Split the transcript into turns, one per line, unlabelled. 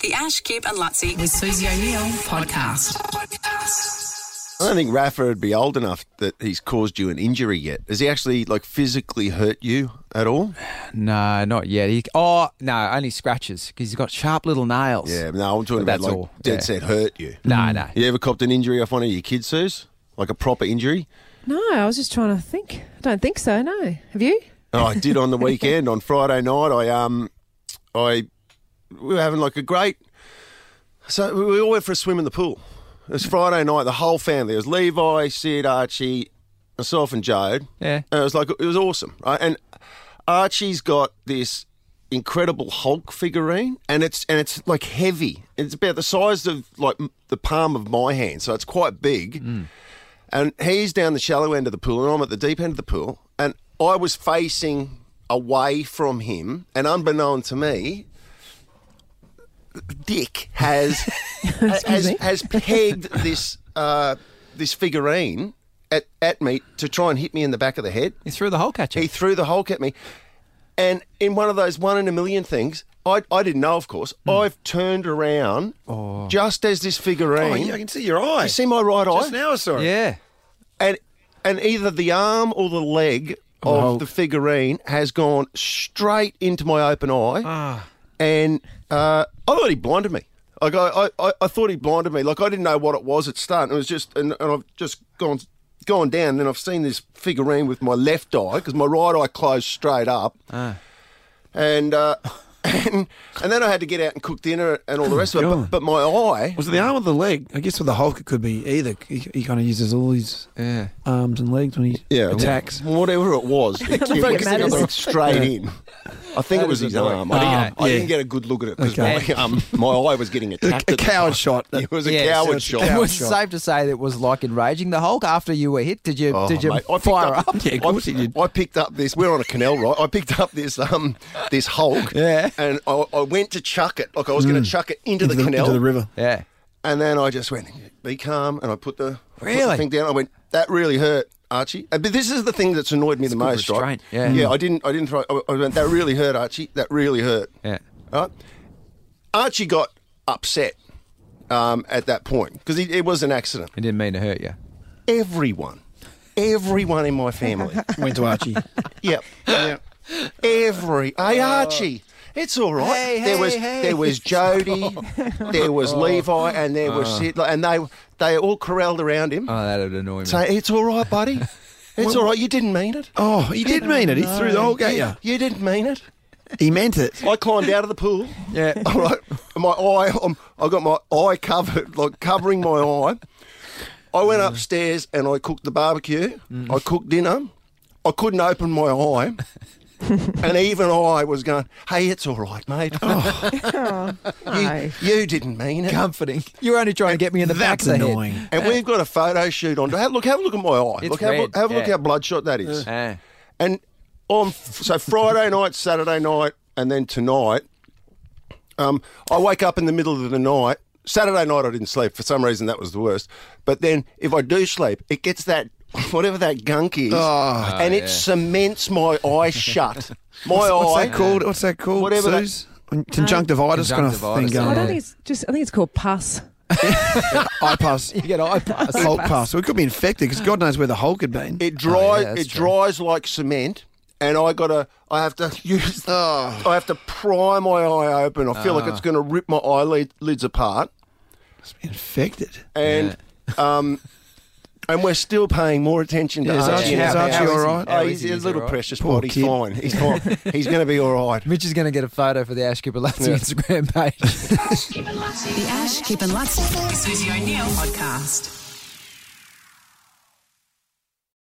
The Ash, Cube and Lutzi.
with Susie O'Neill podcast.
I don't think Rafa would be old enough that he's caused you an injury yet. Has he actually like physically hurt you at all?
No, not yet. He, oh, no, only scratches because he's got sharp little nails.
Yeah, no, I'm talking about
That's
like
all,
dead
yeah.
set hurt you.
No, no.
You ever copped an injury off one of your kids, Suze? Like a proper injury?
No, I was just trying to think. I don't think so. No, have you?
Oh, I did on the weekend on Friday night. I um, I we were having like a great. So we- we all went for a swim in the pool. It was Friday night. The whole family. It was Levi, Sid, Archie, myself, and Jode.
Yeah.
And it was like it was awesome. Right? And Archie's got this incredible Hulk figurine, and it's and it's like heavy. It's about the size of like m- the palm of my hand, so it's quite big. And he's down the shallow end of the pool, and I'm at the deep end of the pool. And I was facing away from him, and unbeknown to me, Dick has has,
me.
has pegged this uh, this figurine at, at me to try and hit me in the back of the head.
He threw the hole catcher.
He threw the Hulk at me. And in one of those one in a million things, I, I didn't know, of course,
Hmm.
I've turned around just as this figurine.
Oh, yeah, I can see your eye.
You see my right eye?
Just now I saw it.
yeah.
and and either the arm or the leg of the figurine has gone straight into my open eye, and uh, I thought he blinded me. Like I, I- I, I thought he blinded me. Like I didn't know what it was at start. It was just, and, and I've just gone gone down, and I've seen this figurine with my left eye because my right eye closed straight up, and. Uh, and, and then I had to get out and cook dinner and all the rest of it. But,
God.
but my eye,
Was it the arm or the leg? I guess with the Hulk, it could be either. He, he kind of uses all his uh,
Yeah.
arms and legs when he
yeah,
attacks.
whatever it was. It, it,
think it
it
matters.
went straight in. I think it was
is
his
annoying.
arm. I, didn't,
Ah,
I
yeah.
didn't get a good look at it because
Okay.
my, um, my eye was getting
A,
attacked.
a
at the
coward
time.
shot.
It was a
Yeah, so
coward
it's a
shot.
It
coward
was
shot.
safe to say that it was like enraging the Hulk after you were hit. Did you?
Oh,
did you
mate, I picked
fire up?
Yeah, of
I-
course he did.
I picked up this. We're on a canal, right? I picked up this um this Hulk,
Yeah.
and I, I went to chuck it. Like I was going to chuck it into, the, canal,
into the river.
Yeah.
and then I just went, "Be calm," and I put the, I put the
Really?
thing down. I went, "That really hurt." Archie, Uh, but this is the thing that's annoyed me the
good
most, right?
restraint, yeah.
yeah. I didn't, I didn't throw. I I went, "That really hurt, Archie. That really hurt."
Yeah.
Right? Archie got upset um, at that point because it was an accident.
He didn't mean to hurt you.
Everyone, everyone in my family,
Went to Archie.
yep, yep. every hey Archie. It's all right.
Hey,
there
hey,
was
hey.
there was Jody, there was Levi, and there was Sid, and they they all corralled around him.
Oh, that would annoy me.
Say, it's all right, buddy. It's all right. You didn't mean it.
Oh, he did mean it. He threw the Hulk at you.
You didn't mean it.
He meant it.
I climbed out of the pool.
yeah.
All right, my eye. i I got my eye covered, like covering my eye. I went upstairs and I cooked the barbecue.
Mm.
I cooked dinner. I couldn't open my eye, and even I was going, "Hey, it's all right, mate.
Oh.
No.
you, you didn't mean it."
Comforting. You were only trying to get me in the back
That's
of the head.
annoying.
And we've got a photo shoot on. Have, look, have a look at my eye.
It's
look, have, a look,
red,
have a look
yeah. Uh.
how bloodshot that is.
Yeah.
And on so Friday night, Saturday night, and then tonight, um, I wake up in the middle of the night. Saturday night, I didn't sleep for some reason. That was the worst. But then, if I do sleep, it gets that whatever that gunk is, and it cements my eye shut. My eye.
Ah, What's that called? What's that called?
Whatever that-
Suze? Conjunctivitis kind of
Conjunctivitis,
thing
yeah.
I
going
don't
on.
think it's just. I think it's called pus.
Eye pass.
You get eye pass.
Hulk pass. So it could be infected because God knows where the Hulk had been.
It dries.
that's
it
true.
dries like cement, and I gotta. I have to use.
Ah.
I have to pry my eye open. I feel like it's going to rip my eyelid lids apart,
infected.
and um, and we're still paying more attention to
Yeah, is
Archie.
Archie-
now.
is Archie
How
all
he?
right?
Oh,
How
he's,
is he?
a
Is he
little
all right?
precious,
Poor
but he's
kid.
fine. He's fine. he's going to be all right.
Mitch is going to get a photo for the Ash Cooper Latsy Instagram page.
The Ash, Kip and Lutz. Susie O'Neill podcast.